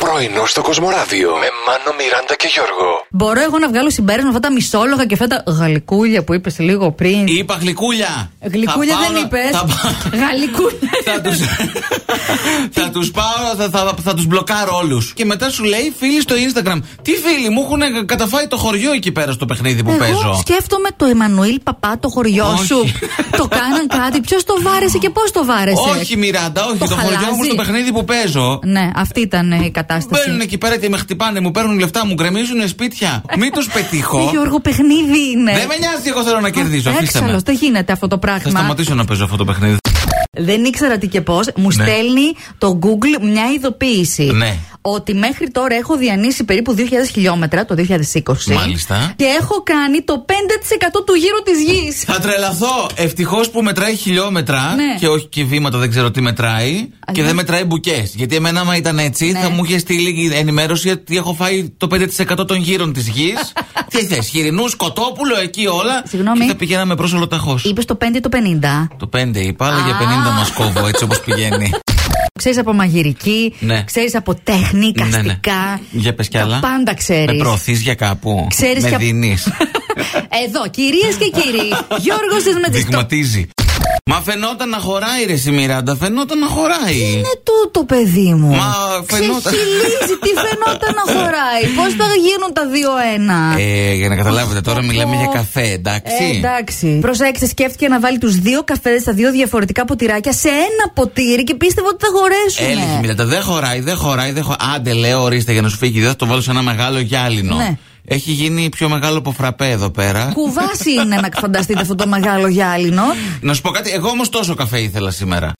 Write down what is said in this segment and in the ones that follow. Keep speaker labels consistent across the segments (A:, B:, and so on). A: Πρωινό στο Κοσμοράδιο με Μάνο, Μιράντα και Γιώργο.
B: Μπορώ εγώ να βγάλω συμπέρασμα αυτά τα μισόλογα και αυτά τα γαλλικούλια που είπες λίγο πριν.
C: Είπα γλυκούλια.
B: Γλυκούλια
C: Θα πάω
B: δεν
C: να-
B: είπες.
C: Θα, πά- θα
B: Γαλλικούλια.
C: τους, θα τους πάω, θα, θα, θα τους μπλοκάρω όλους. Και μετά σου λέει φίλοι στο Instagram. Τι φίλοι μου έχουν καταφάει το χωριό εκεί πέρα στο παιχνίδι που
B: Εγώ
C: παίζω.
B: σκέφτομαι το Εμμανουήλ Παπά, το χωριό
C: Όχι.
B: σου. το κάναν κάτι. Ποιος το βάρεσε και πώς το βάρεσε.
C: Όχι Μιράντα, όχι.
B: Το
C: Το, χωριό
B: χαλάζει.
C: μου στο παιχνίδι που παίζω.
B: Ναι, αυτή ήταν η κατάσταση.
C: Μπαίνουν εκεί πέρα και με χτυπάνε, μου παίρνουν λεφτά, μου γκρεμίζουν σπίτια. Μην του
B: Ε,
C: πετύχω.
B: Γιώργο, παιχνίδι είναι.
C: Δεν με νοιάζει, εγώ θέλω να κερδίζω. Αφήστε με.
B: Έξαλλος, δεν γίνεται αυτό το
C: Θα
B: πράγμα.
C: σταματήσω να παίζω αυτό το παιχνίδι.
B: Δεν ήξερα τι και πώς. Μου
C: Ναι.
B: στέλνει το Google μια ειδοποίηση.
C: Ναι.
B: Ότι μέχρι τώρα έχω διανύσει περίπου 2.000 χιλιόμετρα το 2020.
C: Μάλιστα.
B: Και έχω κάνει το 5% του γύρου της γης.
C: Θα τρελαθώ. Ευτυχώς που μετράει χιλιόμετρα
B: Ναι.
C: και όχι και βήματα, δεν ξέρω τι μετράει. και
B: ναι.
C: δεν μετράει μπουκές. Γιατί εμένα, άμα ήταν έτσι,
B: Ναι.
C: θα μου είχε στείλει ενημέρωση ότι έχω φάει το 5% των γύρων της γης. τι θες, χοιρινού, κοτόπουλο, εκεί όλα.
B: Συγγνώμη.
C: Και θα πηγαίναμε προς ολοταχώ.
B: Είπες το 5 ή το 50.
C: Το 5 είπα, αλλά για 50 μας κόβω έτσι όπως πηγαίνει.
B: Ξέρεις από μαγειρική,
C: Ναι.
B: ξέρεις από τέχνη,
C: Ναι, ναι.
B: καστικά.
C: Για πες κι
B: Τα
C: άλλα.
B: Πάντα ξέρεις.
C: Με προωθείς για κάπου.
B: Ξέρεις
C: με
B: και απ-
C: δίνεις.
B: Εδώ, κυρίες και κύριοι, Γιώργος Εσμετζιστό.
C: Δειγματίζει. Μα φαινόταν να χωράει ρε η Μιράντα, φαινόταν να χωράει.
B: Είναι τούτο, παιδί μου.
C: Μα, φαινόταν.
B: Ξεχυλίζει, τι φαινόταν να χωράει. Πώς θα γίνουν τα δύο-ένα.
C: Ε, για να καταλάβετε, τώρα
B: Ω,
C: μιλάμε
B: ω.
C: για καφέ, εντάξει.
B: Ε, εντάξει. Προσέξτε, σκέφτηκε να βάλει τους δύο καφέδε στα δύο διαφορετικά ποτηράκια σε ένα ποτήρι και πίστευε ότι θα χωρέσουν.
C: Έλεγε η Μιράντα, δεν χωράει, δεν χωράει, δεν χωράει. Άντε, λέω, ορίστε για να σου φύγει, δεν θα το βάλω σε ένα μεγάλο γυάλινο.
B: Ναι.
C: Έχει γίνει πιο μεγάλο από φραπέ εδώ πέρα.
B: Κουβάσι είναι να φανταστείτε αυτό το μεγάλο γυάλινο.
C: Να σου πω κάτι, εγώ όμως τόσο καφέ ήθελα σήμερα.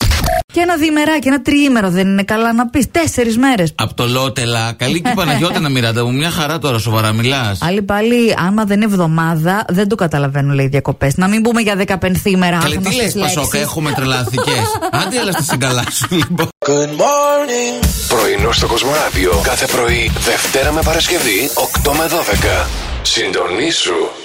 B: Και ένα διημεράκι, ένα τριήμερο δεν είναι καλά να πεις. Τέσσερις μέρες.
C: Από το Λότελα, καλή και η Παναγιώτα να Μιράντα μου, μια χαρά τώρα σοβαρά μιλάς.
B: Άλλοι πάλι, άμα δεν είναι εβδομάδα, δεν το καταλαβαίνουν, λέει διακοπές. Να μην πούμε για 15 ημέρα.
C: Καλή, τι λε, Πασόκα, έχουμε τρελαθικέ. Άντε, έλα στα συγκαλά σου, λοιπόν.
A: Πρωινό στο Κοσμοράδιο κάθε πρωί, Δευτέρα με Παρασκευή, 8 με 12. Συντονίσου.